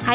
Hi,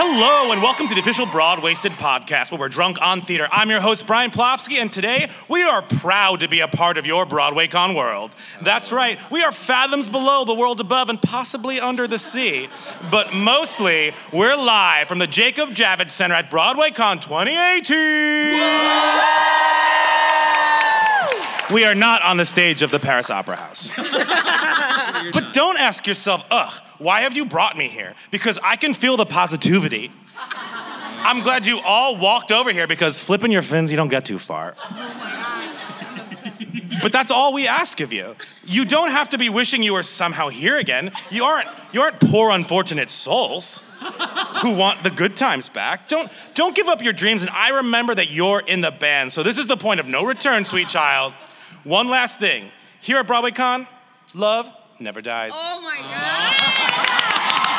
Hello, and welcome to the official Broad Wasted podcast, where we're drunk on theater. I'm your host, Brian Plofsky, and today we are proud to be a part of your Broadway Con world. That's right, we are fathoms below the world above and possibly under the sea. But mostly, we're live from the Jacob Javits Center at Broadway Con 2018. We are not on the stage of the Paris Opera House. But don't ask yourself, ugh, why have you brought me here? Because I can feel the positivity. I'm glad you all walked over here because flipping your fins, you don't get too far. But that's all we ask of you. You don't have to be wishing you were somehow here again. You aren't you aren't poor unfortunate souls who want the good times back. Don't don't give up your dreams and I remember that you're in the band. So this is the point of no return, sweet child. One last thing. Here at Broadway Con, love never dies. Oh my god.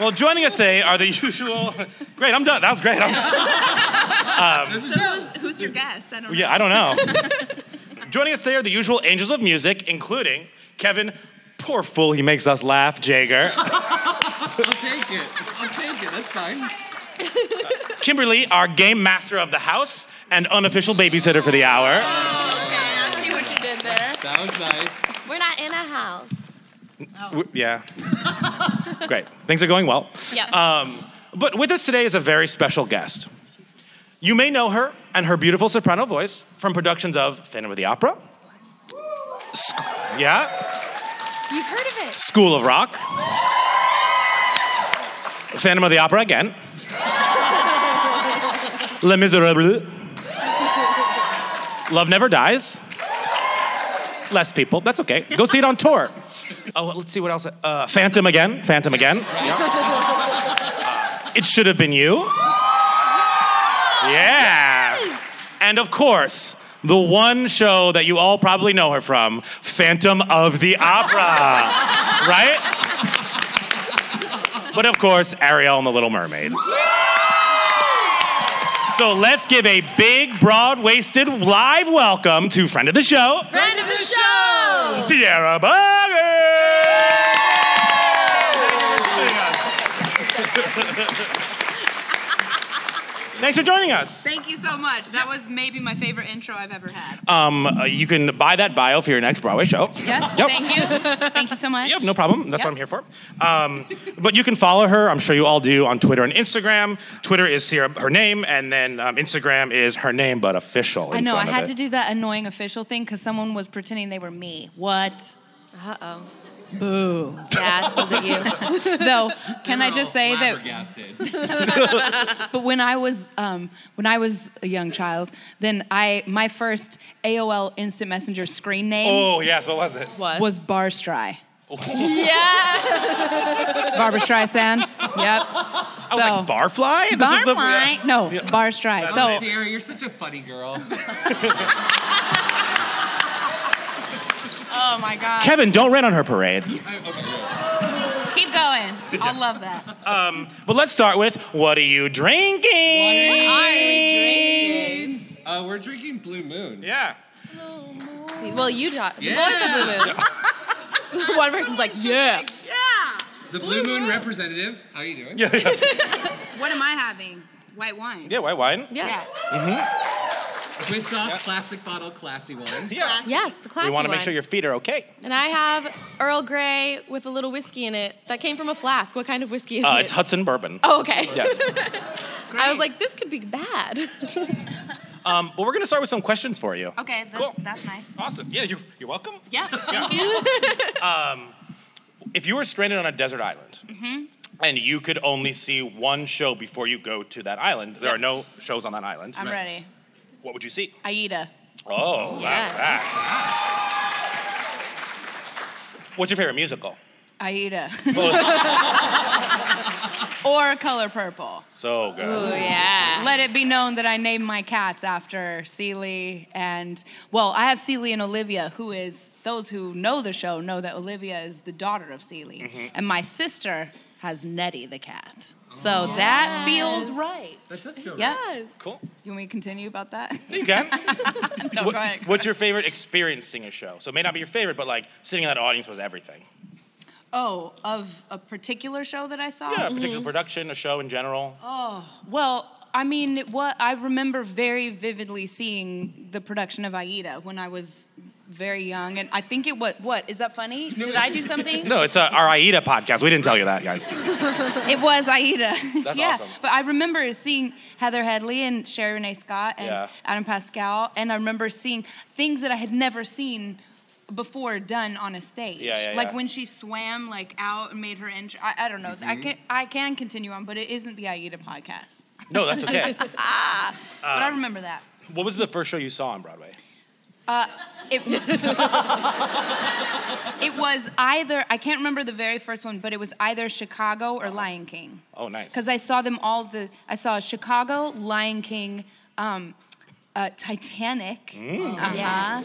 Well, joining us today are the usual. Great, I'm done. That was great. I'm- So who's, who's your guest? I don't know. yeah, I don't know. joining us today are the usual angels of music, including Kevin. Poor fool, he makes us laugh, Jager. I'll take it. I'll take it. That's fine. Kimberly, our game master of the house and unofficial babysitter for the hour. Okay, I see what you did there. That was nice. We're not in a house. W- Yeah. Great. Things are going well. Yep. Um, but with us today is a very special guest. You may know her and her beautiful soprano voice from productions of Phantom of the Opera. Sc- yeah. You've heard of it. School of Rock. Phantom of the Opera again. Les Miserables. Love Never Dies. Less people. That's okay. Go see it on tour. Oh, let's see what else. Uh, Phantom again. Phantom again. it should have been you. Yeah. And of course, the one show that you all probably know her from, Phantom of the Opera. right? But of course, Ariel and the Little Mermaid. So let's give a big, broad waisted live welcome to friend of the show, Friend of the show. Sierra Burger! Thanks for joining us. Thank you so much. That was maybe my favorite intro I've ever had. Um, uh, you can buy that bio for your next Broadway show. yes. Yep. Thank you. Thank you so much. Yep, no problem. That's Yep. what I'm here for. Um, but you can follow her. I'm sure you all do on Twitter and Instagram. Twitter is Sierra, her name, and then um, Instagram is her name, but official. I know. I had to do that annoying official thing because someone was pretending they were me. What? Uh oh. Boo. Dad, was it you? Though, can I just say that that? But when I was um, when I was a young child, then I my first AOL Instant Messenger screen name Oh yes, what was it? was Bar Stry. Yeah. Barbara Streisand. Yep. So Like Barfly. This is the- Oh. Barfly? no, Bar Stry. So Sarah, you're such a funny girl. Oh my god. Kevin, don't rent on her parade. Keep going. I love that. Um, But let's start with what are you drinking? Are we drinking? Uh, we're drinking Blue Moon. Yeah. well, you talk. Yeah. One person's like, yeah. The Blue Moon representative. How you doing? Yeah. Yeah. What am I having? White wine. yeah. White wine. Yeah. Twist off, plastic bottle, classy wine. Yeah. Yes, the classy We want to make one. sure your feet are okay. and I have Earl Grey with a little whiskey in it that came from a flask. What kind of whiskey is Uh, it? it's Hudson Bourbon. oh, okay. Yes. I was like, this could be bad. Um, but we're gonna start with some questions for you. Okay. That's, Cool. that's nice. Awesome. Yeah. You're, you're welcome. Yeah. Thank you. if you were stranded on a desert island and you could only see one show before you go to that island, there are no shows on that island. I'm ready. what would you see? Aida. Oh, that's Yes. that. What's your favorite musical? Aida. or color purple. So good. Oh, yeah. Let it be known that I named my cats after Seeley and, well, I have Seeley and Olivia, who is, those who know the show know that Olivia is the daughter of Seeley. And my sister has Nettie the cat. So that feels right. That does feel Yeah. Cool. You want me to continue about that? You can. Don't What- go ahead. what's your favorite experience seeing a show? So it may not be your favorite, but like sitting in that audience was everything. Oh, of a particular show that I saw? Yeah, a particular production, a show in general. Well, I mean, what I remember very vividly seeing the production of Aida when I was very young, and I think it was what is that funny? Did I do something? No, it's uh, our Aida podcast. We didn't tell you that, guys. It was Aida. That's yeah. awesome. But I remember seeing Heather Headley and Sherry Renee Scott and Yeah. Adam Pascal, and I remember seeing things that I had never seen before done on a stage. Yeah, yeah, like yeah. when she swam like out and made her entry. I, I don't know. Mm-hmm. I can I can continue on, but it isn't the Aida podcast. No, that's okay. but Um, I remember that. What was the first show you saw on Broadway? It, it was either I can't remember the very first one, but it was either Chicago or Lion King. Oh, nice. Because I saw them all the I saw Chicago, Lion King, um, uh, Titanic. Mm. uh-huh,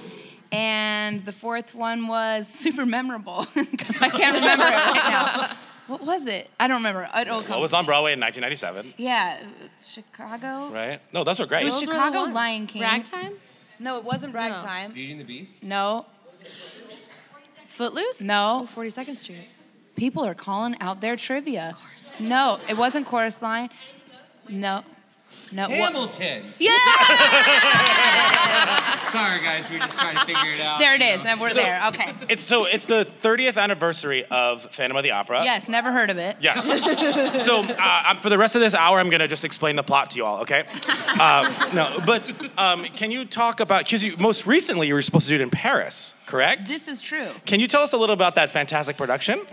And the fourth one was super memorable because I can't remember it right now. What was it? I don't remember. It all What comes- was on Broadway in 1997? yeah, uh, Chicago. Right? No, those are great. It was Those were the Chicago ones. Lion King. Ragtime? No, it wasn't Ragtime. Beauty and the Beast. No, Footloose? No. Oh, 42nd Street. People are calling out their trivia. No, it wasn't chorus line. No. No. What- Hamilton. Yeah! Sorry, guys, we just trying to figure it out. There it you is. know. Now we're So- there. Okay. It's so it's the 30th anniversary of Phantom of the Opera. Yes, never heard of it. Yes. so uh, I'm- for the rest of this hour, I'm going to just explain the plot to you all, okay? Uh, no, but um, can you talk about, because you, most recently you were supposed to do it in Paris, correct? This is true. can you tell us a little about that fantastic production?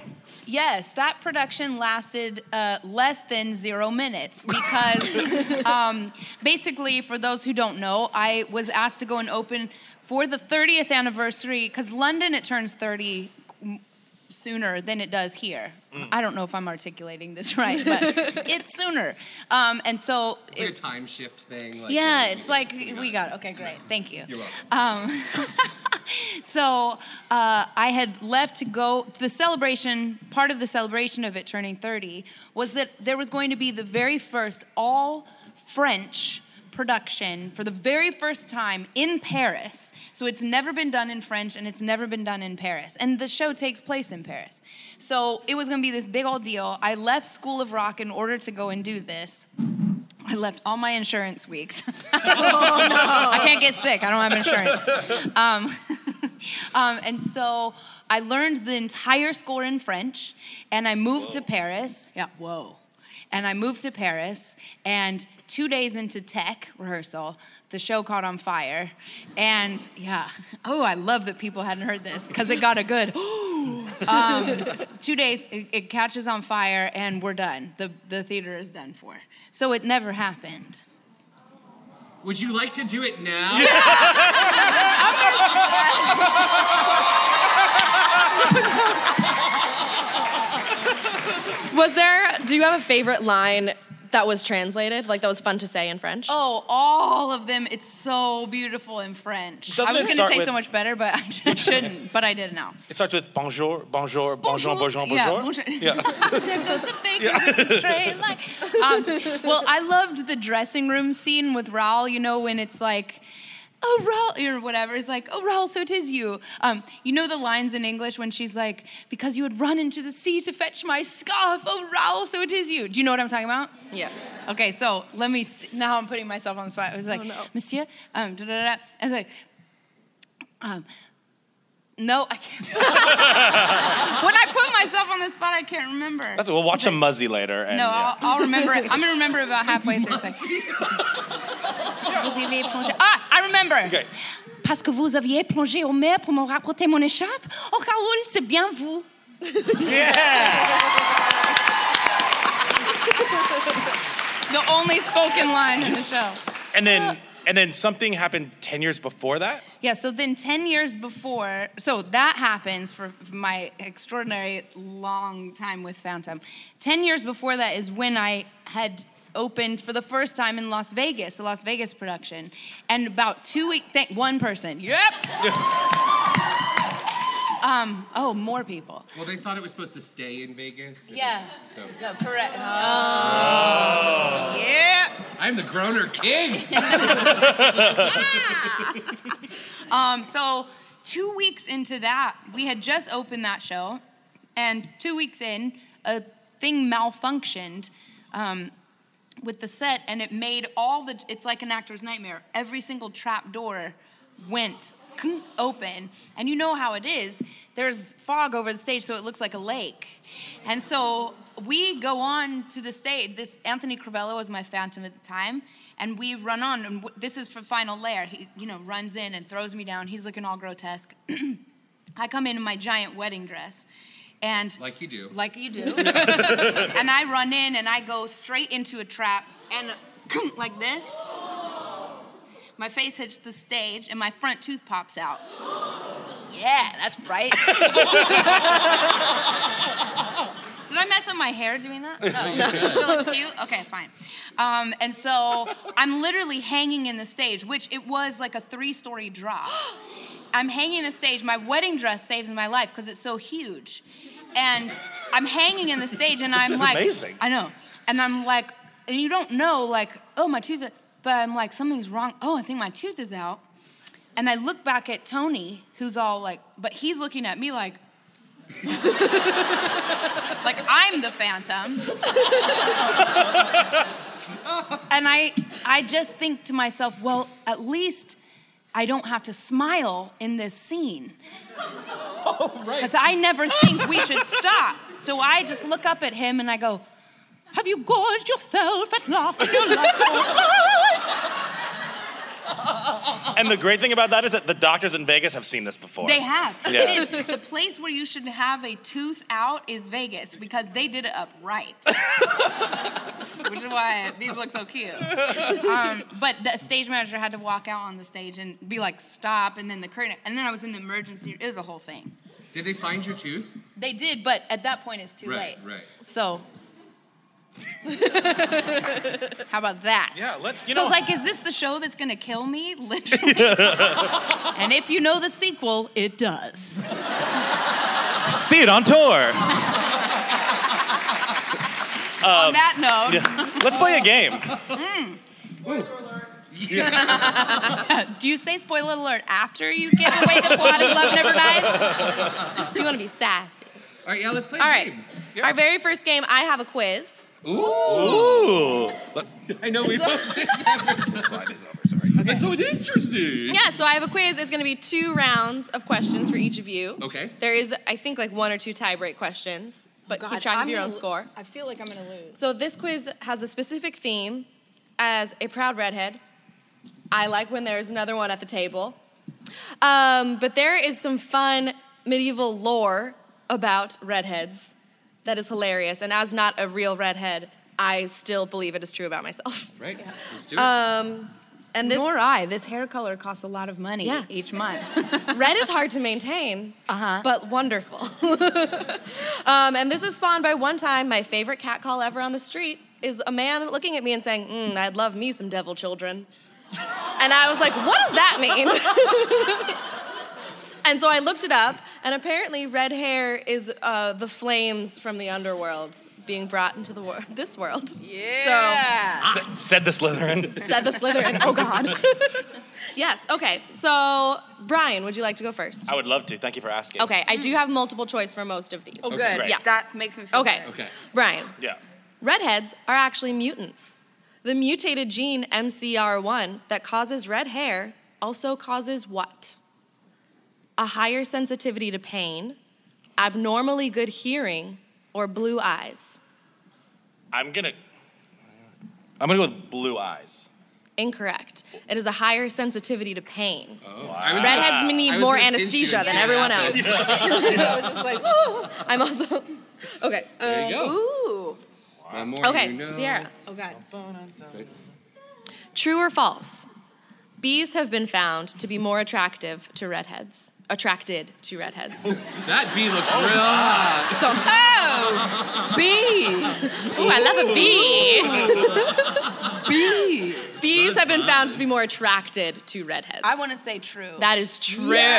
Yes, that production lasted uh, less than zero minutes because um, basically, for those who don't know, I was asked to go and open for the 30th anniversary because London it turns 30 m- sooner than it does here. I don't know if I'm articulating this right, but it's sooner. Um, and so, It's like a it- time shift thing. Like, yeah, you know, it's like you we got it. Okay, great. Thank you. You're welcome. Um, so uh, I had left to go. The celebration, part of the celebration of it turning 30, was that there was going to be the very first all French production for the very first time in Paris. So it's never been done in French and it's never been done in Paris. And the show takes place in Paris. So it was going to be this big old deal. I left School of Rock in order to go and do this. I left all my insurance weeks. I can't get sick. I don't have insurance. Um, um, and so I learned the entire score in French, and I moved to Paris. Yeah, whoa. And I moved to Paris, and two days into tech rehearsal, the show caught on fire. And yeah, oh, I love that people hadn't heard this because it got a good. two days it, it catches on fire and we're done the, the theater is done for so it never happened Would you like to do it now? Was there, do you have a favorite line that was translated? Like that was fun to say in French? oh all of them it's so beautiful in french i Doesn't was it gonna start say with- so much better but i shouldn't but i did now It starts with bonjour, bonjour, bonjour, bonjour, bonjour. Yeah, bonjour. there goes the baker with the straight line. Um, well, I loved the dressing room scene with Raul, you know, when it's like, oh, Raul, or whatever. It's like, oh, Raul, so it is you. Um, you know the lines in English when she's like, because you had run into the sea to fetch my scarf. Oh, Raul, so it is you. Do you know what I'm talking about? Yeah. Okay, so let me. See. Now I'm putting myself on the spot. I was like, no. Monsieur, um, da, da, da. I was like, um, no, I can't. when I put myself on the spot, I can't remember. That's, we'll watch a Muzzy later. And, no, yeah. I'll, I'll remember it. I'm gonna remember it about halfway through. the thing. Vous aviez plongé- Ah, I remember. Okay. Parce que vous aviez plongé au mer pour me rapporter mon écharpe. Oh, Raoul, c'est bien vous. Yeah. The only spoken line in the show. And then and then something happened 10 years before that? Yeah, so then 10 years before, so that happens for my extraordinary long time with Phantom. 10 years before that is when I had opened for the first time in Las Vegas, the Las Vegas production. And about two weeks, th- one person, yep! um, oh, more people. Well, they thought it was supposed to stay in Vegas. and Yeah. So So correct. Oh. Yeah. I'm the groaner king. Um, so two weeks into that, we had just opened that show, and two weeks in, a thing malfunctioned um, with the set, and it made all the. It's like an actor's nightmare. Every single trap door went kunk open, and you know how it is. There's fog over the stage, so it looks like a lake, and so. We go on to the stage. This Anthony Crivello was my phantom at the time, and we run on. And w- this is for final layer. He, you know, runs in and throws me down. He's looking all grotesque. I come in in my giant wedding dress, and Like you do. like you do, and I run in and I go straight into a trap and like this. My face hits the stage and my front tooth pops out. Yeah, that's right. Did I mess up my hair doing that? No. Still looks cute? Okay, fine. Um, and so I'm literally hanging in the stage, which it was like a three story drop. I'm hanging in the stage. My wedding dress saved my life because it's so huge. And I'm hanging in the stage and I'm is like, amazing. I know. And I'm like, and you don't know, like, oh, my tooth, but I'm like, something's wrong. Oh, I think my tooth is out. And I look back at Tony, who's all like, but he's looking at me like, like I'm the phantom. and I I just think to myself, well, at least I don't have to smile in this scene. Because I never think we should stop. So I just look up at him and I go, Have you gorged yourself at last? with your life?" And the great thing about that is that the doctors in Vegas have seen this before. They have. Yeah. It is the place where you should have a tooth out is Vegas because they did it upright. Which is why these look so cute. Um, but the stage manager had to walk out on the stage and be like, "Stop!" And then the curtain. And then I was in the emergency. It was a whole thing. Did they find your tooth? They did, but at that point, it's too Right, late. right. So. How about that? Yeah, let's- you so know- it's like, is this the show that's gonna kill me? Literally. and if you know the sequel, it does. See it on tour. On that note, Let's play a game. do you say spoiler alert after you give away the plot of Love Never Dies? You want to be sassy. All right, yeah, let's play All a right. game. Our very first game, I have a quiz. Ooh. Let's, I know we both did that. slide is over, sorry. It's so interesting. Yeah, so I have a quiz. It's going to be two rounds of questions for each of you. Okay. There is, I think, like one or two tie break questions, but keep track of your own score. I feel like I'm gonna lose. So this quiz has a specific theme as a proud redhead. I like when there's another one at the table. Um, but there is some fun medieval lore about redheads that is hilarious. And as not a real redhead, I still believe it is true about myself. Right. Let's do it. Um, and this Nor I. This hair color costs a lot of money Yeah. each month. red is hard to maintain, but wonderful. um, and this is spawned by one time my favorite cat call ever on the street is a man looking at me and saying, mm, "I'd love me some devil children," and I was like, "What does that mean?" and so I looked it up, and apparently, red hair is uh, the flames from the underworld being brought into the wor- this world. Yeah. So, Said the Slytherin. said the Slytherin. Oh God. yes. Okay. So Brian, would you like to go first? I would love to. Thank you for asking. Okay. I Hmm. do have multiple choice for most of these. Oh, good. great. Yeah. That makes me feel Okay. better. Okay. Brian, Yeah. redheads are actually mutants. The mutated gene MCR1 that causes red hair also causes what? A higher sensitivity to pain, abnormally good hearing, or blue eyes. I'm gonna. I'm gonna go with blue eyes. Incorrect. It is a higher sensitivity to pain. I was gonna- Redheads Ah. I need was more gonna pinch you anesthesia and than see what everyone else. happens. I was just like, "Woo." I'm also okay. There you um, go. Ooh. One more. Okay, Oh, you know. Sierra. Oh God. True or false? Bees have been found to be more attractive to redheads. Attracted to redheads. That bee looks real hot. Don't. Oh, bees. Ooh, I love a bee. bees. Bees have been found to be more attracted to redheads. I want to say true. That is true. Wait,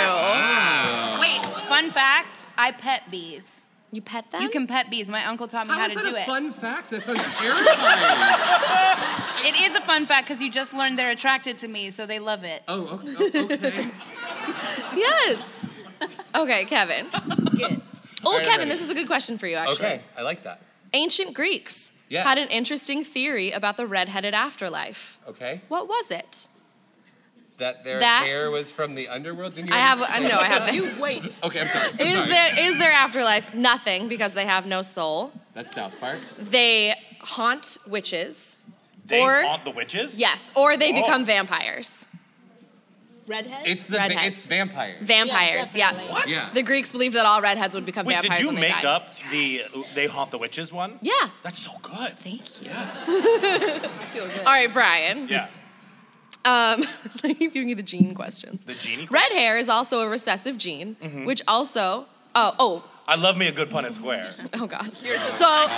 fun fact I pet bees. You pet them? You can pet bees. My uncle taught me how, How to is that do a it. fun fact? That sounds terrifying. it is a fun fact because you just learned they're attracted to me, so they love it. oh, okay. oh, okay. Yes. Okay, Kevin. Oh, right, Kevin, ready. this is a good question for you, actually. Okay, I like that. Ancient Greeks Yes. had an interesting theory about the redheaded afterlife. Okay, What was it? that their That- hair was from the underworld. Didn't you? I have. I understand? know. I have. Is Wait. Okay, I'm sorry. I'm sorry. there is there afterlife? Nothing, because they have no soul. That's South Park. They haunt witches. They Or- haunt the witches? Yes, or they Oh. become vampires. Redhead? It's the va- Redheads. it's vampires. Vampires. Yeah. definitely. What? Yeah. The Greeks believed that all redheads would become Wait, vampires did you when they make died. up the they haunt the witches one? Yeah. That's so good. Thank you. Yeah. All right, Brian. yeah. Um, I keep giving you the gene questions. The Mm-hmm. genie. Red hair is also a recessive gene, which also oh oh I love me a good pun and square. oh god. So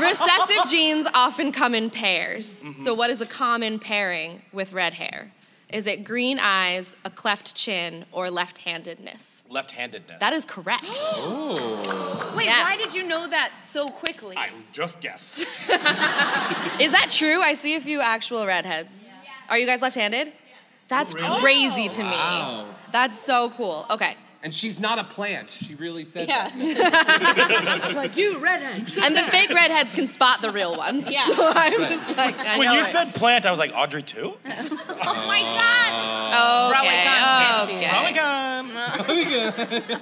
recessive genes often come in pairs. Mm-hmm. So what is a common pairing with red hair? Is it green eyes, a cleft chin, or left-handedness? Left-handedness. That is correct. Oh. Wait, Yeah. why did you know that so quickly? I just guessed. Is that true? I see a few actual redheads. Are you guys left-handed? That's crazy to me. Wow. That's so cool. Okay. And she's not a plant. She really said that. yeah. Like you, redhead. And the fake redheads can spot the real ones. Yeah. So I'm just like, I when know you it. said plant, I was like Audrey too. oh my god. okay, Oh my okay. god.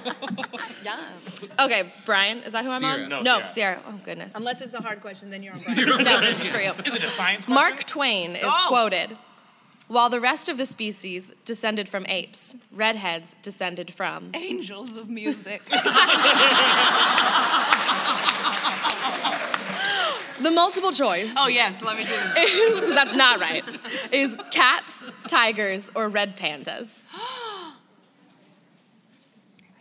Okay, Brian, is that who I'm Sierra. on? No, no Sierra. Sierra. Oh goodness. Unless it's a hard question, then you're on Brian. no, this is for you. Is it a science question? Mark Twain is Oh. quoted. While the rest of the species descended from apes, redheads descended from. Angels of music. The multiple choice, oh yes, let me do that. because that's not right, is cats, tigers, or red pandas.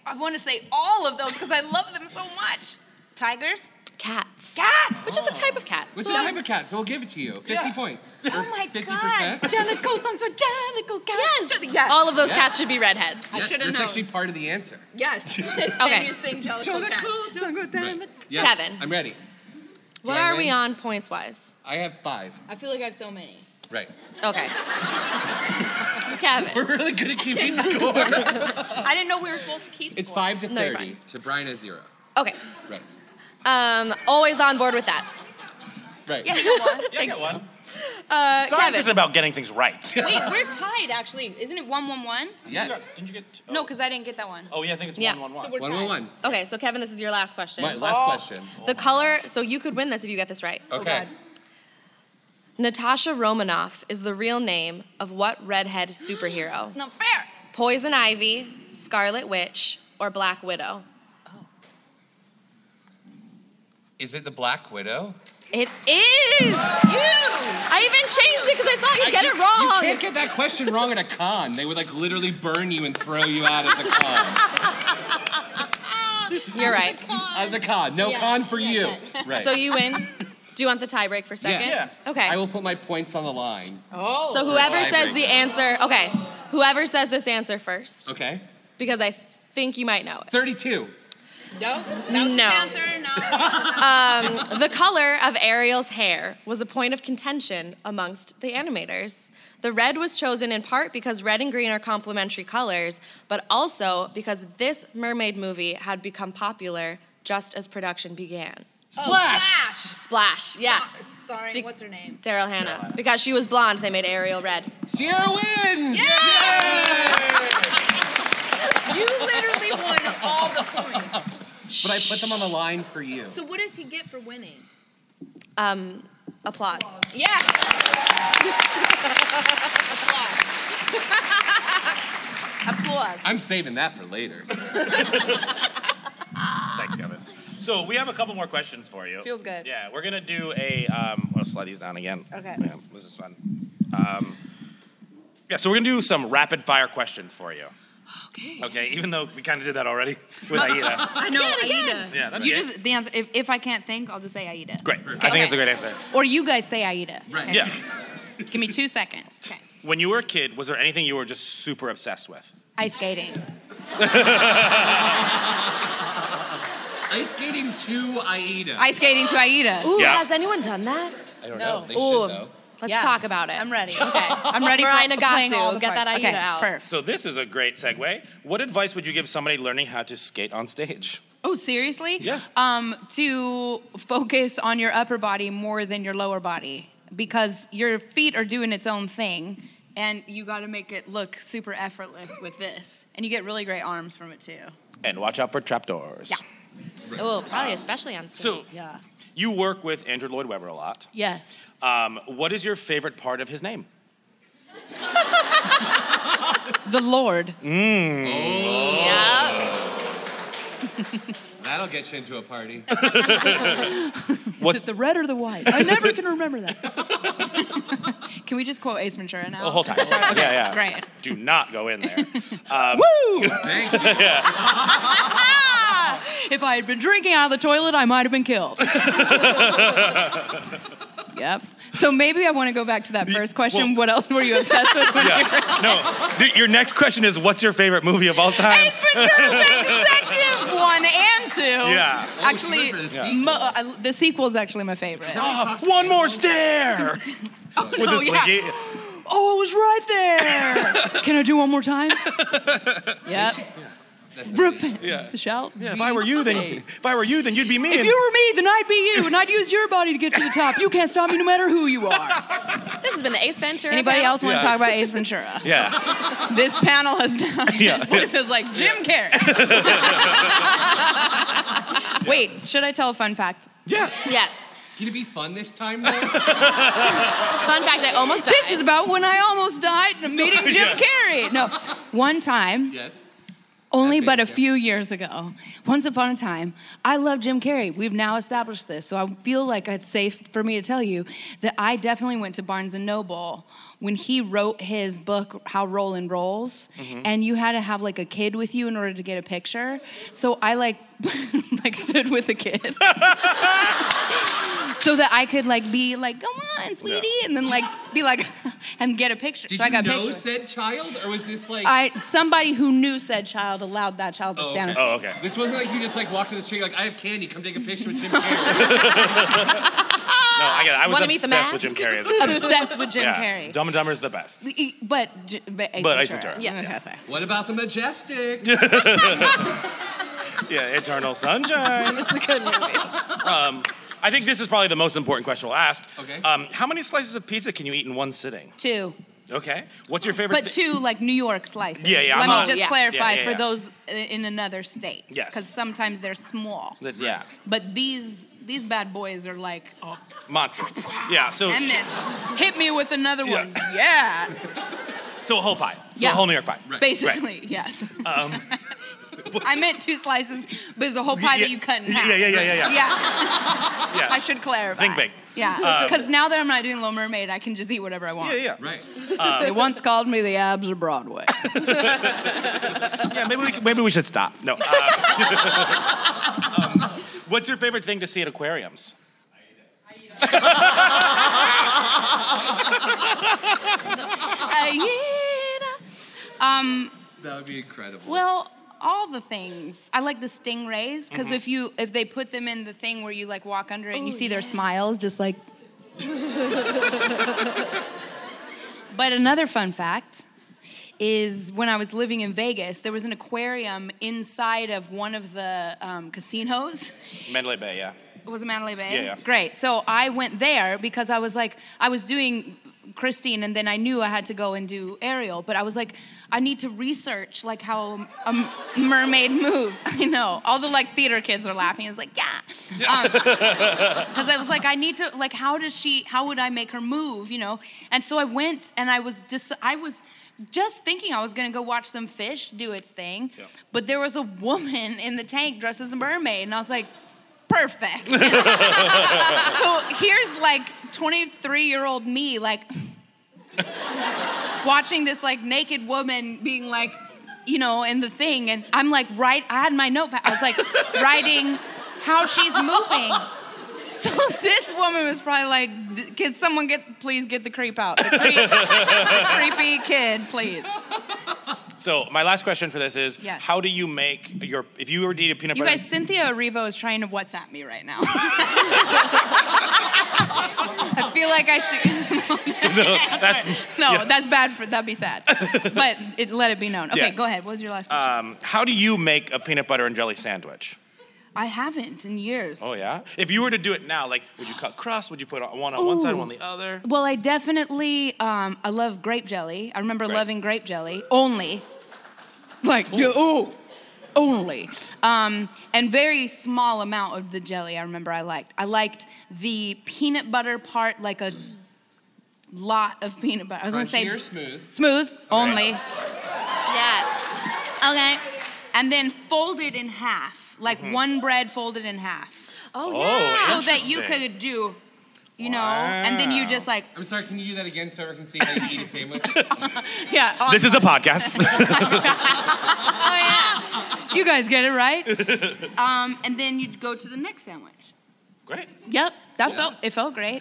I want to say all of those because I love them so much. Tigers? Cats. Cats! Which is a type of cat. Which is a hypercat, so we'll give it to you. 50 points. Oh my 50%? god. Jellicle sounds for jellicle cats. Yes. All of those cats should be redheads. I should have That's known. actually part of the answer. yes. It's Okay. okay. you sing Jellicle Cat. Yes, Kevin. I'm ready. What Do I are we win? on points wise? I have five. I feel like I have so many. Right. Okay. Kevin. We're really good at keeping score. I didn't know we were supposed to keep It's score. five to No, you're 30. to Brian is zero. Okay. Right. Um, always on board with that. Right. Yeah, I got one. Uh, Science is Kevin. about getting things right. Wait, we're tied actually. Isn't it one one one? Yes. Didn't you get? Oh. No, because I didn't get that one. Oh yeah, I think it's Yeah. one one one. So we're One, tied. one, one. Okay, so Kevin, this is your last question. My last question. The color, so you could win this if you get this right. Okay. Natasha Romanoff is the real name of what redhead superhero? It's not fair. Poison Ivy, Scarlet Witch, or Black Widow? Is it the Black Widow? It is! You! I even changed it because I thought you'd get it You wrong. can't get that question wrong at a con. They would like literally burn you and throw you out of the con. You're right. out of the con. No con for you. Right. So you win. Do you want the tiebreak for second? Yes. Okay. I will put my points on the line. So whoever Tiebreaker. says the answer, okay, whoever says this answer first, Okay. because I think you might know it. 32. No, that was the No. answer. No. The color of Ariel's hair was a point of contention amongst the animators. The red was chosen in part because red and green are complementary colors, but also because this mermaid movie had become popular just as production began. Splash. Ash. Splash, yeah. Starring, Be- what's her name? Daryl Hannah. Because she was blonde, they made Ariel red. Sierra wins. You literally won all the points. But I put them on the line for you. So what does he get for winning? Um, applause. Yes. Applause. I'm saving that for later. Thanks, Kevin. So we have a couple more questions for you. Feels good. Yeah, we're gonna do a. Um, I'll slide these down again. Okay. Yeah, this is fun. Um, Yeah, so we're gonna do some rapid fire questions for you. Okay. Okay, even though we kind of did that already with Aida. I know Aida. Yeah, that's you okay. just the answer. If, if I can't think, I'll just say Aida. Great. I think it's a great answer. Or you guys say Aida. Right. Okay. Yeah. Give me two seconds. Okay. When you were a kid, was there anything you were just super obsessed with? Ice skating. Ice skating to Aida. Ice skating to Aida. Ooh, Yeah. has anyone done that? I don't No. know. They Ooh. should though. Let's Yeah. talk about it. I'm ready. Okay. I'm ready Mariah for playing Nagasu, all the get parts. that Aida okay. out. Perf. So this is a great segue. What advice would you give somebody learning how to skate on stage? Oh, seriously? Yeah. Um, to focus on your upper body more than your lower body because your feet are doing its own thing and you got to make it look super effortless with this. And you get really great arms from it too. And watch out for trapdoors. Yeah. Oh, probably especially on stage. So Yeah. you work with Andrew Lloyd Webber a lot. Yes. Um, what is your favorite part of his name? The Lord. yeah. That'll get you into a party. What? Is it the red or the white? I never can remember that. can we just quote Ace Ventura now? Oh, whole time. yeah, yeah. Great. Do not go in there. Woo! Thank you. if I had been drinking out of the toilet, I might have been killed. yep. So maybe I want to go back to that first question. well- what else were you obsessed with? When you were- yeah. No. Th- your next question is what's your favorite movie of all time? Ace Ventura: Pet Detective one and two. Yeah. Oh, she Actually, went for the mo- sequel. uh, the sequel is actually my favorite. Ah, one more stare. With no, this yeah. leaky- Oh, it was right there. Can I do one more time? yep. Repent. Yeah. Shall If I were you, then if I were you, then you'd be me. If and- you were me, then I'd be you, and I'd use your body to get to the top. You can't stop me, no matter who you are. This has been the Ace Ventura. Anybody panel. else want Yeah. to talk about Ace Ventura? yeah. This panel has done. Yeah. What if it's like Jim Carrey? Wait, should I tell a fun fact? Yeah. Yes. Can it be fun this time though? Fun fact: I almost died. This is about when I almost died meeting Jim Yeah. Carrey. No, one time. yes. Only Epic, but a yeah. few years ago. Once upon a time, I love Jim Carrey. We've now established this, so I feel like it's safe for me to tell you that I definitely went to Barnes and Noble when he wrote his book How Rollin' Rolls, Mm-hmm. and you had to have like a kid with you in order to get a picture. So I like like stood with a kid. so that I could like be like, "Come on, sweetie," and then like be like and get a picture. Did so I you got know pictures. said child, or was this like? I somebody who knew said child allowed that child to Oh, stand. okay. Oh, okay. This wasn't like you just like walked to the street like I have candy, come take a picture with Jim Carrey. No, I get it. I was Wanna meet the obsessed with Jim mask? Carrey. As a kid. Obsessed with Jim Oh. yeah. Carrey. Dumb and Dumber is the best. E- But J- but Ace But Ace Ventura. Ventura. Yeah. Yeah. Okay, sorry. what about the majestic? Yeah. Eternal Sunshine. Um, It's a good movie. I think this is probably the most important question we'll ask. Okay. Um, how many slices of pizza can you eat in one sitting? Two, Okay. What's your favorite? but thi- two like New York slices. Yeah, yeah, Let I'm me not- just Yeah. clarify Yeah, yeah, yeah. for those i- in another state. Yes. Because sometimes they're small, That- yeah. but these these bad boys are like, Oh, Monsters. Yeah. So and then hit me with another Yeah. one. Yeah. so a whole pie. So Yeah. a whole New York pie. Basically, yes. Um, I meant two slices, but it's a whole pie Yeah. that you cut in Yeah, half. yeah, yeah, yeah, yeah. Yeah. I should clarify. Think big. Um, Yeah, because now that I'm not doing Little Mermaid, I can just eat whatever I want. Yeah, yeah. Right. They once called me the abs of Broadway. Yeah, maybe we, maybe we should stop. No. uh, um, what's your favorite thing to see at aquariums? Uh, yeah. Um, That would be incredible. well, all the things. I like the stingrays because Mm-hmm. if you if they put them in the thing where you like walk under it, and you see their smiles, just like. but another fun fact is when I was living in Vegas, there was an aquarium inside of one of the um, casinos. Mandalay Bay, yeah. It was a Mandalay Bay? Yeah, yeah. Great. So I went there because I was like, I was doing Christine, and then I knew I had to go and do Ariel. But I was like, I need to research like how a m- mermaid moves. I know all the like theater kids are laughing. It's like, yeah, because I was like, I need to like, how does she? How would I make her move? You know. And so I went, and I was just, I was just thinking I was gonna go watch some fish do its thing, Yeah. but there was a woman in the tank dressed as a mermaid, and I was like. Perfect so here's like 23 year old me like watching this like naked woman being like, you know, in the thing, and I'm like, right. I had my notepad. I was like, writing how she's moving. So this woman was probably like, "Can someone get please get the creep out? The creep, creepy kid, please." So my last question for this is: Yes. How do you make your? If you were to eat a peanut You butter, guys, Cynthia Erivo is trying to WhatsApp me right now. I feel like I should. No, that's- no, yeah. that's bad. For that'd be sad. But it, let it be known. Okay, Yeah. go ahead. What was your last? question? um, how do you make a peanut butter and jelly sandwich? I haven't in years. Oh yeah. If you were to do it now, like, would you cut crust? Would you put one on one side, one on the other? Oh, Well, I definitely. Um, I love grape jelly. I remember Right. loving grape jelly only. Like yeah, ooh. Only, um, and very small amount of the jelly. I remember I liked. I liked the peanut butter part, like a lot of peanut butter. I was gonna say Crunchy or smooth. Smooth only. Yes. Okay. And then folded in half, like one bread folded in half. Oh, so that you interesting. could do, you know, and then you just like, I'm sorry, can you do that again so everyone can see how you eat a sandwich? yeah. on- This is a podcast. you guys get it right. um, and then you'd go to the next sandwich. Great. Yep, that felt it felt great.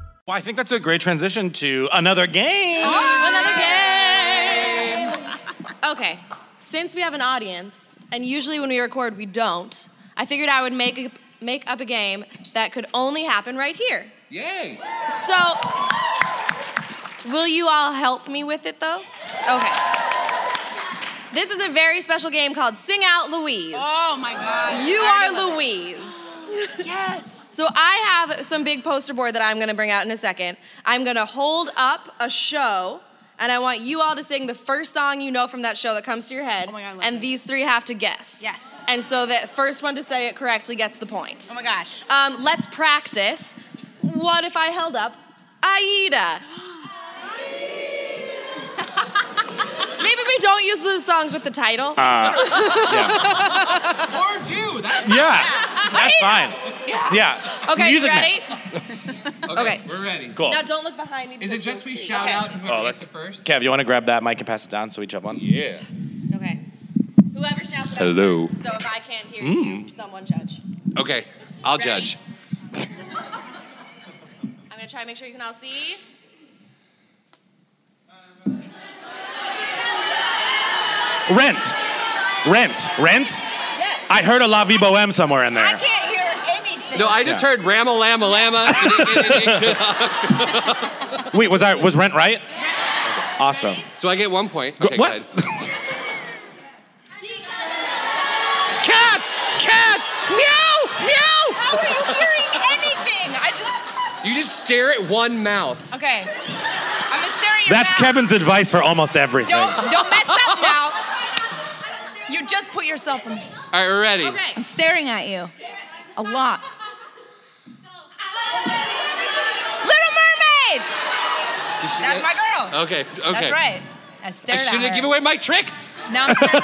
Well, I think that's a great transition to another game. Another game. Okay. Since we have an audience, and usually when we record we don't, I figured I would make a, make up a game that could only happen right here. Yay! So, will you all help me with it though? Okay. This is a very special game called Sing Out Louise. Oh my god. You are Louise. Yes. So I have some big poster board that I'm gonna bring out in a second. I'm gonna hold up a show, and I want you all to sing the first song you know from that show that comes to your head. Oh my God, I love and this. these three have to guess. Yes. And so the first one to say it correctly gets the point. Oh my gosh. Um, let's practice. What if I held up Aida? Maybe we don't use the songs with the title. Uh, Or two. That's Yeah, that's fine. Yeah. okay, you Music man. ready? okay, Okay. We're ready. Cool. Now don't look behind me. Is it because just you'll we see. shout Okay. out and whoever Oh, gets that's it first? Kev. You want to grab that mic and pass it down so we jump on? Yeah. Okay. Whoever shouts it out Hello. first. So if I can't hear you, Mm. someone judge. Okay, I'll Ready? judge. I'm gonna try to make sure you can all see. Rent. Rent. Rent. Yes. I heard a La Vie Boheme somewhere in there. I can't hear anything. No, I just Yeah. heard Rama Lama Lama. Wait, was I was Rent right? Awesome. so I get one point. Okay, what? good. Cats! Cats! Meow! Meow! How are you hearing anything? I just. You just stare at one mouth. Okay. I'm gonna stare at your That's mouth. Kevin's advice for almost everything. Don't don't mess up now. You just put yourself in. All right, we're ready. I'm staring at you. A lot. Little Mermaid. Just- That's my girl. Okay, okay. That's right. I I stared shouldn't at her. have given away my trick. Now I'm staring.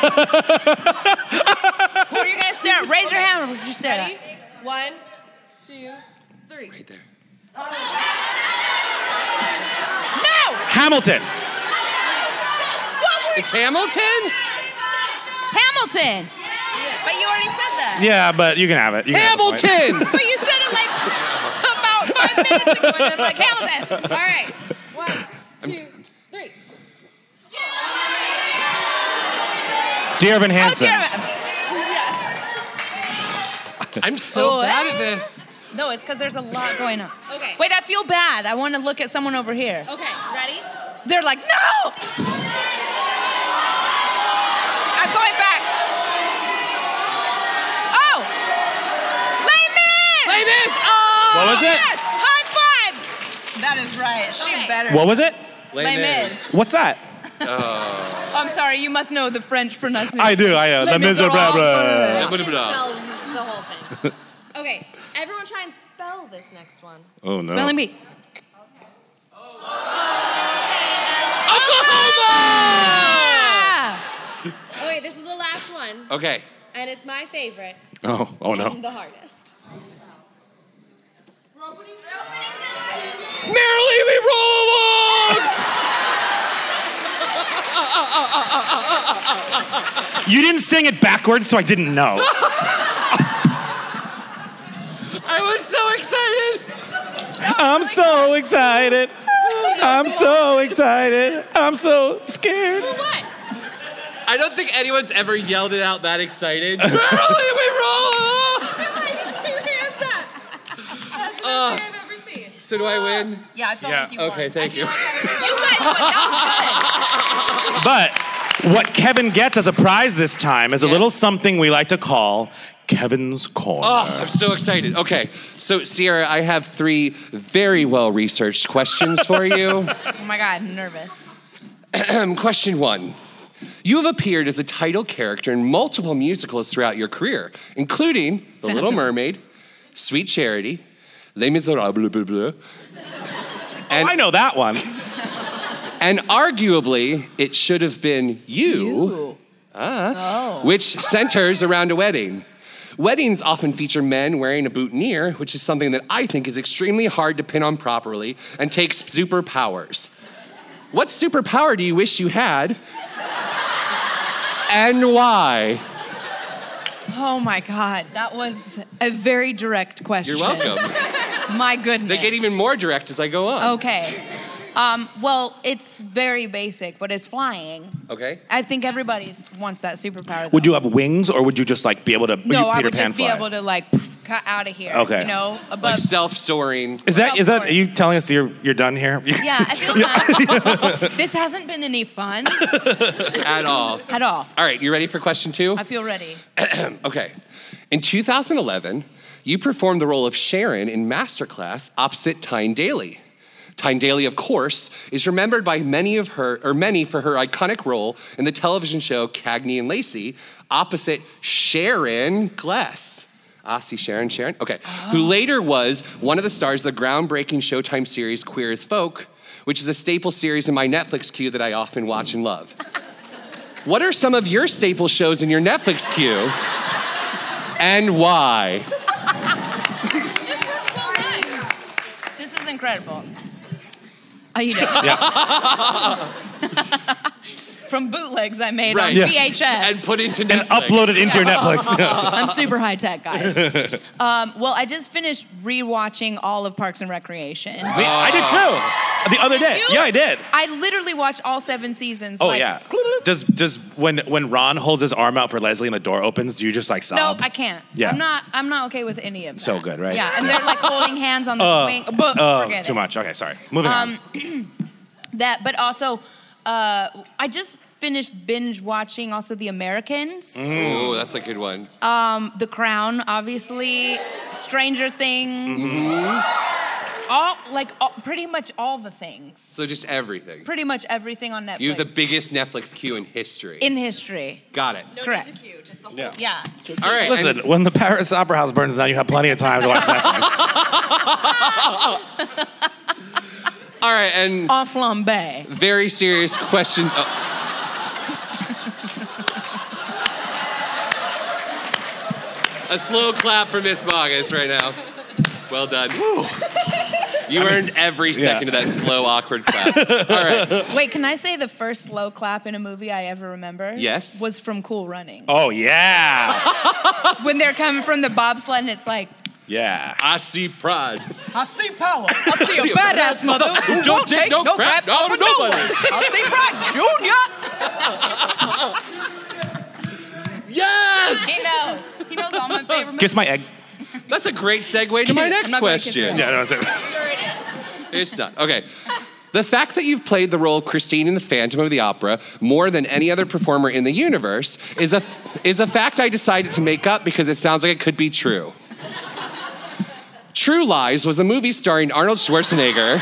Who are you gonna stare at? Raise your hand. Or you stare Ready? at. One, two, three. Right there. No. Hamilton. It's Hamilton? Hamilton. But you already said that. Yeah, but you can have it. You can have the point. Hamilton! But you said it like about five minutes ago, and I'm like Hamilton. All right. One, two, three. Dear Evan Oh, Hansen. dear. Yes. I'm so Oh, bad hey. at this. No, it's because there's a lot going on. Okay. Wait, I feel bad. I want to look at someone over here. Okay, ready? They're like, no. I'm going back. Oh, Layman. Play this! Oh! What was it? High five! That is right. She Okay. better. What was it? Les Mis. What's that? Oh, I'm sorry. You must know the French pronunciation. Oh, I do, I know. Les La Miserables. Miserables. the whole thing. Okay, everyone try and spell this next one. Oh no. Spelling bee. Okay, this is the last one, Okay. and it's my favorite. Oh, oh no. And the hardest. Merrily we roll along! You didn't sing it backwards, so I didn't know. I was so excited. I'm so excited. I'm so excited. I'm so scared. I don't think anyone's ever yelled it out that excited. Merrily we roll! I've ever seen. So do I win? Yeah, I felt like you Okay, thank you. You guys, won. that was good. But what Kevin gets as a prize this time is a little something we like to call Kevin's Corner. Oh, I'm so excited. Okay, so Sierra, I have three very well researched questions for you. Oh my god, I'm nervous. Ahem, Question one. You have appeared as a title character in multiple musicals throughout your career, including The Little Mermaid, Sweet Charity, Les Miserables, blah, blah, and Oh, I know that one. and arguably, it should have been you, ah, which centers around a wedding. Weddings often feature men wearing a boutonniere, which is something that I think is extremely hard to pin on properly and takes superpowers. What superpower do you wish you had? and why? Oh my god, that was a very direct question. You're welcome. My goodness. They get even more direct as I go on. Okay. Um, well, it's very basic, but it's flying. Okay. I think everybody wants that superpower. Would you have wings, or would you just like be able to? would no, you I Peter would Pan just be fly? able to like poof, cut out of here. Okay. You know, above. Like self soaring. Is that is that are you telling us you're you're done here? yeah, I feel bad. this hasn't been any fun At all. at all. All right, you ready for question two? I feel ready. okay. In 2011, you performed the role of Sharon in Masterclass opposite Tyne Daly. Tyne Daly, of course, is remembered by many of her or many for her iconic role in the television show Cagney and Lacey, opposite Sharon Gless. Ah, see Sharon, Sharon, okay. Who later was one of the stars of the groundbreaking Showtime series Queer as Folk, which is a staple series in my Netflix queue that I often watch and love. What are some of your staple shows in your Netflix queue? and why? This is incredible. Oh, you know. From bootlegs I made Right. on Yeah. VHS. And put into Netflix. And upload it into your Netflix. I'm super high tech, guys. Um, well, I just finished rewatching all of Parks and Recreation. Me- I did too. The other day. you? Yeah, I did. I literally watched all seven seasons. Oh like, yeah. Does does when when Ron holds his arm out for Leslie and the door opens, do you just like No, sob? I can't. Yeah. I'm not. I'm not okay with any of that. so good, right? Yeah, and they're like holding hands on the Uh, swing. But oh, forget too it. much. Okay, sorry. Moving on. um, that, but also, uh, I just finished binge watching also The Americans. Mm-hmm. Ooh, that's a good one. Um, the Crown, obviously, Stranger Things, Mhm. Mm-hmm. all like all, pretty much all the things, So just everything. pretty much everything on Netflix You have the biggest Netflix queue in history. in history. Got it. Correct. Yeah. yeah. All right. Listen, when the Paris Opera House burns down, you have plenty of time to watch Netflix. All right, and en flambe. very serious question. oh. a slow clap for Miss Bogus right now. Well done. You earned every yeah. second of that slow, awkward clap. All right. Wait, can I say the first slow clap in a movie I ever remember? Yes. Was from Cool Running. Oh yeah. when they're coming from the bobsled and it's like, Yeah. I see pride. I see power. I see a badass mother who Don't won't take take no no, crap crap, out over of nobody." no one. I see Brock Junior. Yes! He knows. He knows all my favorite movies. Kiss my egg. That's a great segue to my I'm next not gonna kiss question. your Yeah, no, it's Sure it is. It's not. Okay. The fact that you've played the role of Christine in the Phantom of the Opera more than any other performer in the universe is a is a fact I decided to make up because it sounds like it could be true. True Lies was a movie starring Arnold Schwarzenegger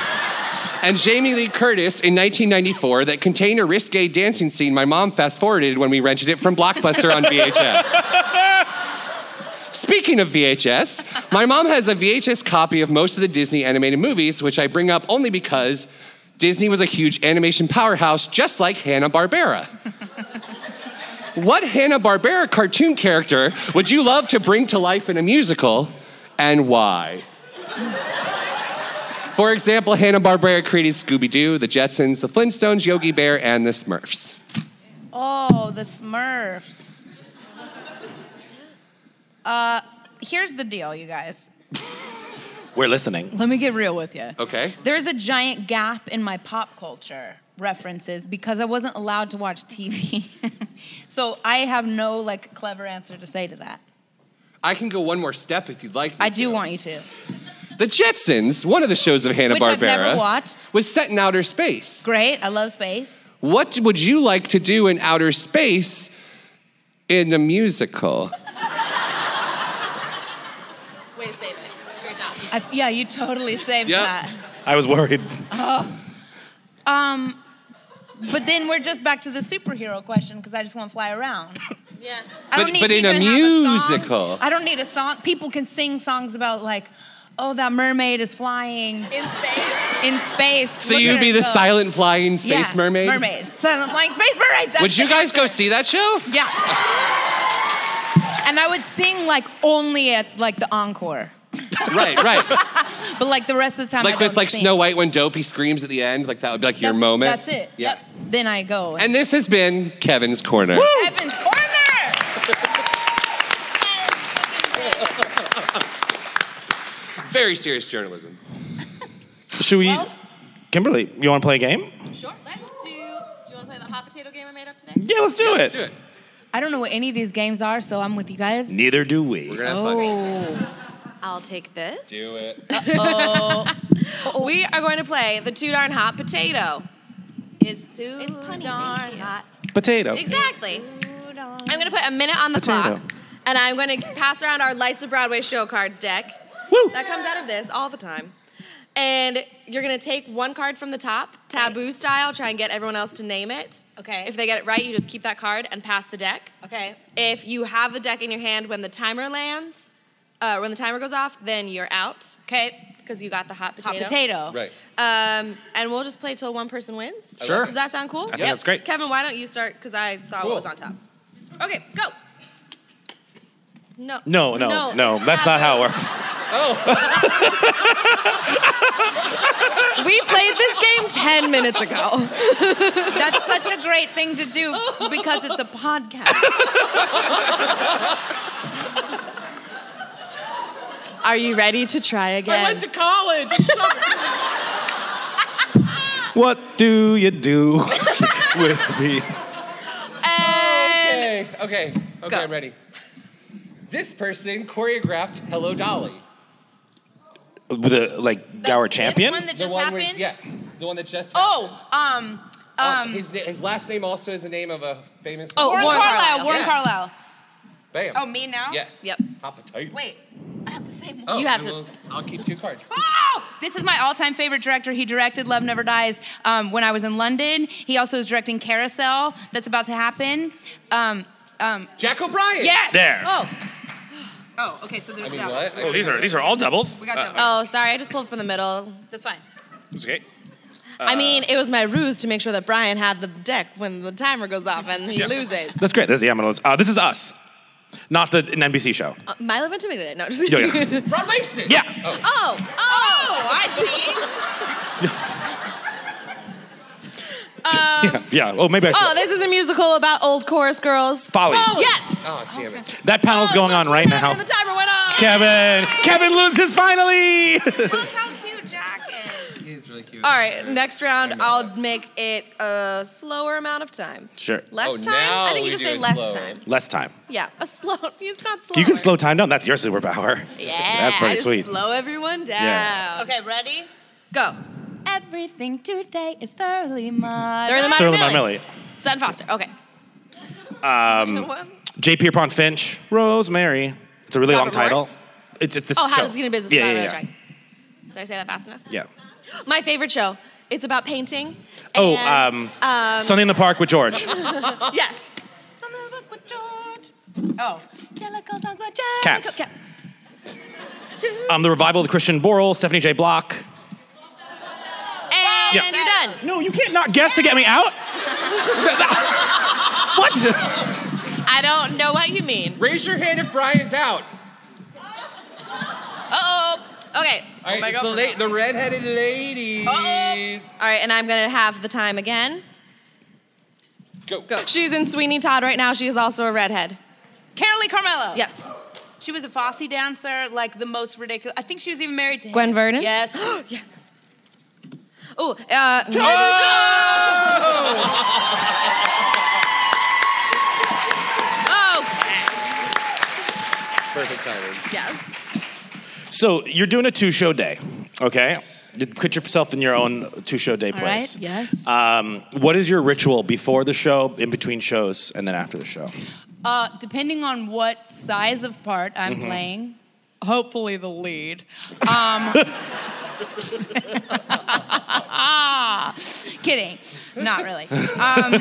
and Jamie Lee Curtis in 1994 that contained a risque dancing scene my mom fast forwarded when we rented it from Blockbuster on VHS. Speaking of VHS, my mom has a VHS copy of most of the Disney animated movies, which I bring up only because Disney was a huge animation powerhouse, just like Hanna-Barbera. what Hanna-Barbera cartoon character would you love to bring to life in a musical, and why? For example, Hanna-Barbera created Scooby-Doo, the Jetsons, the Flintstones, Yogi Bear, and the Smurfs. Oh, the Smurfs. Uh, here's the deal, you guys. We're listening. Let me get real with you. Okay. There's a giant gap in my pop culture references because I wasn't allowed to watch TV. so I have no like clever answer to say to that. I can go one more step if you'd like. I do want you to. The Jetsons, one of the shows of Hanna Which I've never Barbera, watched. was set in outer space. Great. I love space. What would you like to do in outer space in a musical? Way to save it. Great job. I, yeah, you totally saved Yep. that. I was worried. Oh. Um, but then we're just back to the superhero question because I just want to fly around. Yeah. I don't but need but to in a even have a song. musical. I don't need a song. People can sing songs about like, oh, that mermaid is flying in space. In space. so Look at you'd her be the go. silent flying Yeah, space mermaid? Mermaid. Silent flying space mermaid. That's would you it. guys go see that show? Yeah. And I would sing like only at like the encore, right, right. but like the rest of the time I Like don't with like sing. Snow White when Dopey screams at the end, like that would be like your moment. That's it. Yeah. Yep. Then I go. And this has been Kevin's Corner. Kevin's corner. Very serious journalism. Should we? Kimberly, you want to play a game? Sure. Let's do. Do you want to play the hot potato game I made up today? Yeah, let's do it. I don't know what any of these games are, so I'm with you guys. Neither do we. Oh. I'll take this. Do it. Uh-oh. we are going to play the too darn hot potato. It's too it's punny, darn hot. Potato. Exactly. I'm going to put a minute on the Potato. clock, and I'm going to pass around our Lights of Broadway show cards deck. Woo! That comes out of this all the time. And you're going to take one card from the top, taboo style, try and get everyone else to name it. Okay. If they get it right, you just keep that card and pass the deck. Okay. If you have the deck in your hand when the timer lands, uh, when the timer goes off, then you're out. Okay. Because you got the hot potato. potato. Right. Um, and we'll just play till one person wins. I love Sure. Does that sound cool? I think Yep. that's great. Kevin, why don't you start? Because I saw Cool. what was on top. Okay, go. No. No, no, no. that's not how it works. we played this game 10 minutes ago. That's such a great thing to do because it's a podcast. Are you ready to try again? I went to college. What do you do with me? Okay, okay, okay, I'm ready. This person choreographed Hello Dolly. The, like our champion? one that The just one where- happened. yes, the one that just. Oh, um, Um, um. his, na- his last name also is the name of a famous. oh, Warren, Carlisle. Warren Yes. Carlisle. Bam. Oh, me now? Yes. Yep. Hot potato. Wait, I have the same one. Oh, then we'll- I'll keep two cards. Oh! This is my all-time favorite director. He directed Love Never Dies um, when I was in London. He also is directing Carousel that's about to happen. Um, um, Jack O'Brien. Yes. There. Oh. Oh. Okay. So there's doubles. Oh, these are these are all doubles. We got Uh, doubles. Oh, sorry, I just pulled from the middle. That's fine. It's okay. I mean, it was my ruse to make sure that Brian had the deck when the timer goes off and he Yeah. loses. That's great. This is, yeah, I'm gonna lose. Uh, this is us, not the an NBC show. Uh, Milo went to me today. No, just Yeah, yeah. Rob Mason. Yeah. Oh, oh, I see. yeah, yeah. Oh, maybe I should. oh, this is a musical about old chorus girls. Follies. Yes. Oh, damn it. that panel's going on right now. Oh, And the timer went off. Kevin. Kevin loses finally. Look how cute Jack is. He is really cute. All right, next round, I'll make it a slower amount of time. sure. Less Oh, time? now I think we you just do say it less slower. time. Less time. Yeah, a slow. It's not slow. You can slow time down. That's your superpower. Yeah, That's pretty I just sweet. Slow everyone down. Yeah. Okay. Ready? Um, Go. Everything today is thoroughly mud. They're in the Modern Sterling Millie. Millie. Sutton Foster. Okay. Um, J. Pierpont Finch. Rosemary. It's a really Robert long title. Morse. It's it's this oh, show. how does it get a business? Yeah, Not yeah, really yeah. trying. Did I say that fast enough? yeah. My favorite show, It's about painting. Oh, and, uh, um, Sunday in the Park with George. Um, yes. Oh. Cats. Um, the revival of the Christian Borle, Stephanie J. Block. And Yeah. you're done. No, you can't not guess to get me out. what? I don't know what you mean. Raise your hand if Brian's out. Uh oh. Okay. All right, it's the, la- the redheaded ladies. All right, and I'm gonna have the time again. Go. Go. She's in Sweeney Todd right now. She is also a redhead. Carolee Carmelo. Yes. She was a Fosse dancer, like the most ridiculous. I think she was even married to him. Gwen Verdon? Yes. yes. Ooh, uh, okay. Perfect timing. Yes. So you're doing a two-show day, okay? You Put yourself in your own two-show day place. Yes. Um, what is your ritual before the show, in between shows, and then after the show? Uh, depending on what size of part I'm Mm-hmm. Mhm. playing, hopefully the lead. Um, kidding, not really. Um,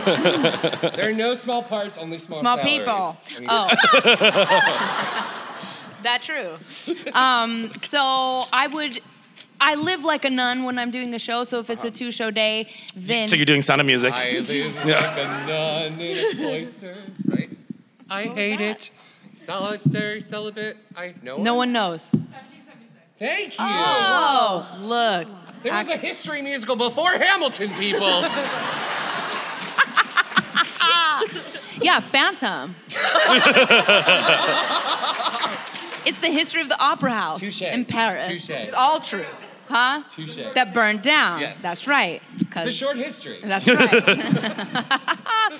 there are no small parts, only small Small salaries. people. Oh. I mean- that true. Um, so I would. I live like a nun when I'm doing a show. So if it's a Uh-huh. two-show day, then So you're doing Sound of Music. I live like a nun in a cloister, right? I hate it. Solitary celibate. I know. no one knows. Thank you. Oh, whoa! Look, There was a history musical before Hamilton, people. yeah, Phantom. It's the history of the opera house Touche. in Paris. Touche. It's all true, huh? Touche. That burned down. Yes. That's right. It's a 'cause- short history. That's right.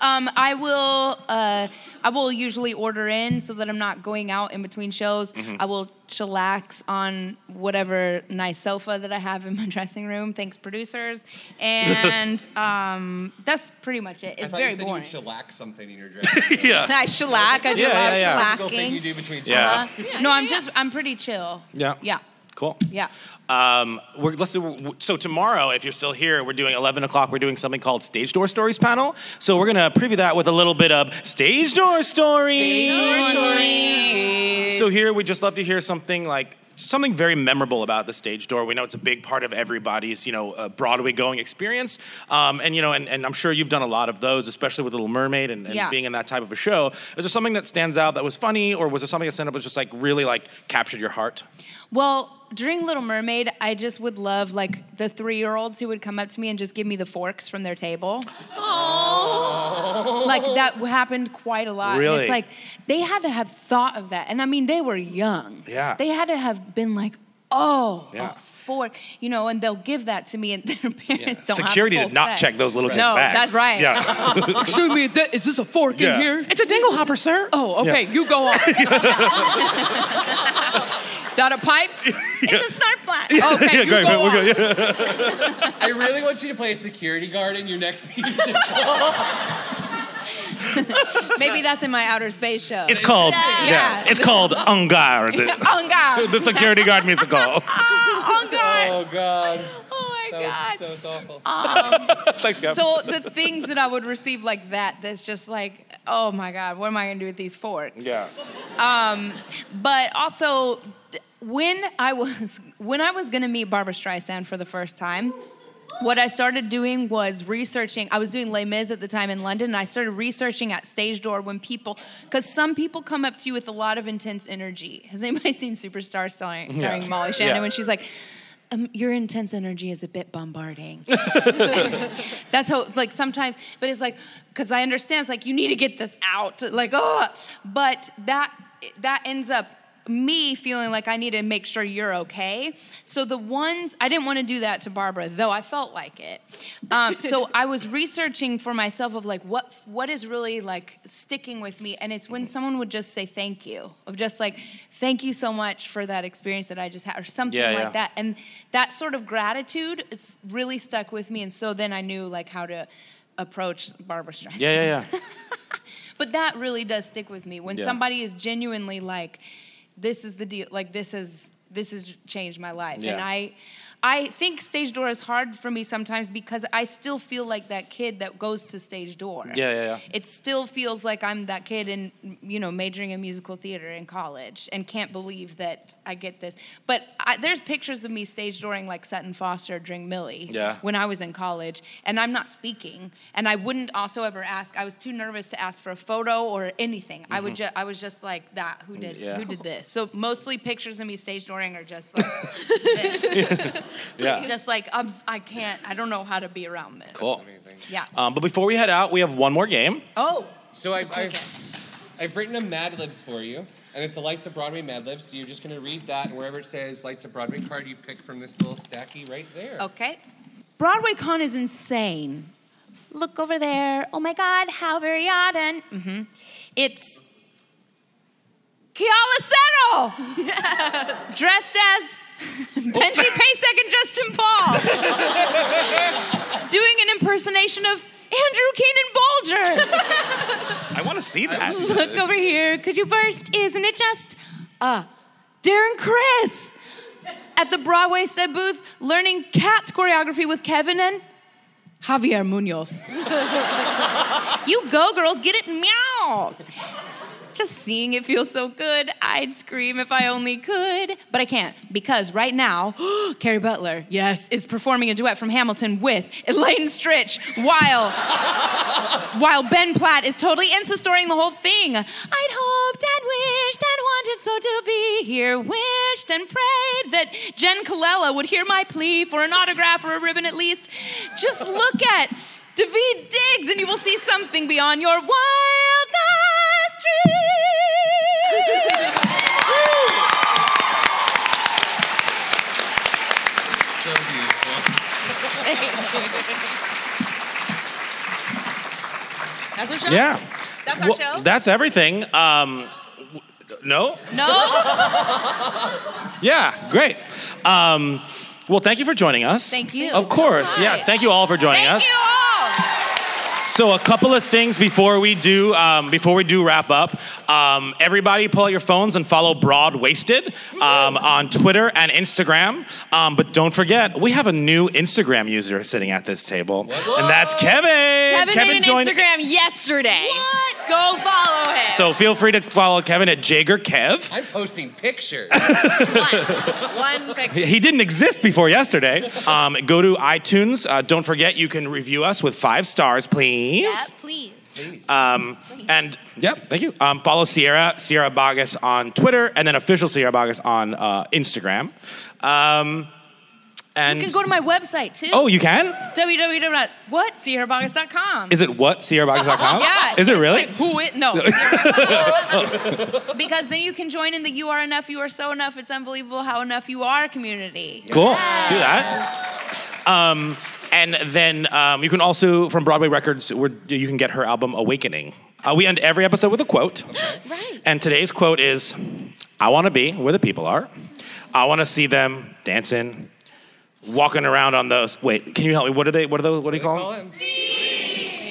um, I will. Uh, I will usually order in so that I'm not going out in between shows. Mm-hmm. Mhm. I will chillax on whatever nice sofa that I have in my dressing room. Thanks, producers. And um, that's pretty much it. I It's thought very you said boring. You would shellac something in your dress. yeah. I shellac. I do Yeah, love yeah, yeah. Typical shellacking. thing you do between Yeah. Uh-huh. no, I'm just. I'm pretty chill. Yeah. Yeah. Cool. Yeah. Um, we're, let's do, so tomorrow, if you're still here, we're doing 11 o'clock. We're doing something called Stage Door Stories panel. So we're gonna preview that with a little bit of Stage Door Stories. So here, we just love to hear something like something very memorable about the stage door. We know it's a big part of everybody's, you know, uh, Broadway going experience. Um, and you know, and, and I'm sure you've done a lot of those, especially with Little Mermaid and, and Yeah. being in that type of a show. Is there something that stands out that was funny, or was there something that stands out that was just like really like captured your heart? Well, during Little Mermaid, I just would love like the three-year-olds who would come up to me and just give me the forks from their table. Oh. Like that happened quite a lot. And Really? it's like they had to have thought of that, and I mean they were young. Yeah. They had to have been like, oh. a Yeah. Fork, you know, and they'll give that to me, and their parents don't. have Security a full did set. not check those little kids' no, bags. that's right. Yeah. Excuse me, that, is this a fork Yeah. in here? It's a dingle hopper, sir. Oh, okay, Yeah. you go on. Got a pipe? It's a snarf flat. Okay, you go on. I really want you to play a security guard in your next musical. Maybe that's in my outer space show. It's called Yeah. Oh, yeah. It's called En Garde. En Garde. the security guard musical. Oh God. Oh God. Oh my God. That was awful. Thanks, Gab. So the things that I would receive like that, that's just like, oh my God, what am I gonna do with these forks? yeah. Um, but also when I was when I was gonna meet Barbara Streisand for the first time. What I started doing was researching. I was doing Les Mis at the time in London, and I started researching at stage door when people, because some people come up to you with a lot of intense energy. Has anybody seen Superstar starring, Yeah. starring Molly Shannon Yeah. when she's like, um, "Your intense energy is a bit bombarding." That's how, like, sometimes, but it's like, because I understand, it's like, you need to get this out. Like, oh, but that, that ends up me feeling like I need to make sure you're okay. So the ones, I didn't want to do that to Barbara, though I felt like it. Um, so I was researching for myself of like, what, what is really like sticking with me? And it's when someone would just say thank you, of just like, thank you so much for that experience that I just had, or something Yeah, like yeah. that and that sort of gratitude it's really stuck with me and so then i knew like how to approach barbara streisand Yeah, yeah, yeah. but that really does stick with me when Yeah. somebody is genuinely like this is the deal like this is this has changed my life and Yeah. i I think stage door is hard for me sometimes because I still feel like that kid that goes to stage door. Yeah, yeah, yeah. It still feels like I'm that kid in, you know, majoring in musical theater in college and can't believe that I get this. But I, there's pictures of me stage dooring like Sutton Foster during Millie Yeah. when I was in college, and I'm not speaking, and I wouldn't also ever ask. I was too nervous to ask for a photo or anything. I would Mhm. just, I was just like that. Who did, Yeah. who did this? So mostly pictures of me stage dooring are just like. Yeah. Just like I'm, I can't. I don't know how to be around this. Cool. Yeah. Um, but before we head out, we have one more game. Oh. So I've, I've, I've written a Mad Libs for you, and it's a Lights of Broadway Mad Libs. So you're just going to read that, and wherever it says Lights of Broadway card, you pick from this little stacky right there. Okay. Broadway Con is insane. Look over there. Oh my God, how very odd. And hmm it's Kiala Settle! Dressed as Benji Pasek and Justin Paul. Doing an impersonation of Andrew Keenan Bolger. I want to see that. Look over here. Could you burst? Isn't it just uh, Darren Chris at the Broadway said booth learning cats choreography with Kevin and Javier Munoz. you go, girls, get it, meow. Just seeing it feels so good. I'd scream if I only could, but I can't because right now, Carrie Butler, yes, is performing a duet from Hamilton with Elaine Stritch while while Ben Platt is totally insta storying the whole thing. I'd hoped and wished and wanted so to be here, wished and prayed that Jen Colella would hear my plea for an autograph or a ribbon at least. Just look at David Diggs and you will see something beyond your wildest dreams. So beautiful. That's our show. Yeah. That's our Well, show. That's everything. Um, w- no? no. Yeah, great. Um, well, thank you for joining us. Thank you Of so course, yes. much. Thank you all for joining us. So, a couple of things before we do um, before we do wrap up. Um, everybody, pull out your phones and follow Broad Wasted um, on Twitter and Instagram. Um, but don't forget, we have a new Instagram user sitting at this table, and that's Kevin. Kevin, made an joined- Instagram yesterday. What? Go follow him. So feel free to follow Kevin at Jager Kev. I'm posting pictures. One picture. He didn't exist before yesterday. Um, go to iTunes. Uh, don't forget, you can review us with five stars, please. please. Um, and yeah, thank you. Um, follow Sierra Sierra Bogus on Twitter, and then official Sierra Bogus on uh, Instagram. Um, and You can go to my website too. Oh, you can? www. What? Sierrabogus.com. Is it what sierrabogus.com? Yeah. Is it it's really? like, who it? No. Oh. because then you can join in the "You Are Enough, You Are So Enough, It's Unbelievable How Enough You Are" community. Cool. Do that. Um, and then um, you can also from Broadway Records, where you can get her album Awakening. Uh, we end every episode with a quote. Right. And today's quote is, "I want to be where the people are. I want to see them dancing, walking around on those. Wait, can you help me? What are they? What are those? What do you call them?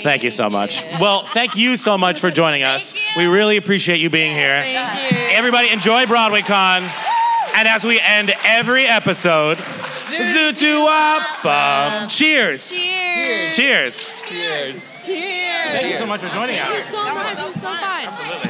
Thank you so much. Well, thank you so much for joining us. We really appreciate you being here. Thank you. Everybody, enjoy Broadway Con. And as we end every episode, Zootoo-wop-bum. Cheers. Cheers. Cheers. Cheers. Cheers. Thank you so much for joining Thank us. you so much. It was so fun. Absolutely.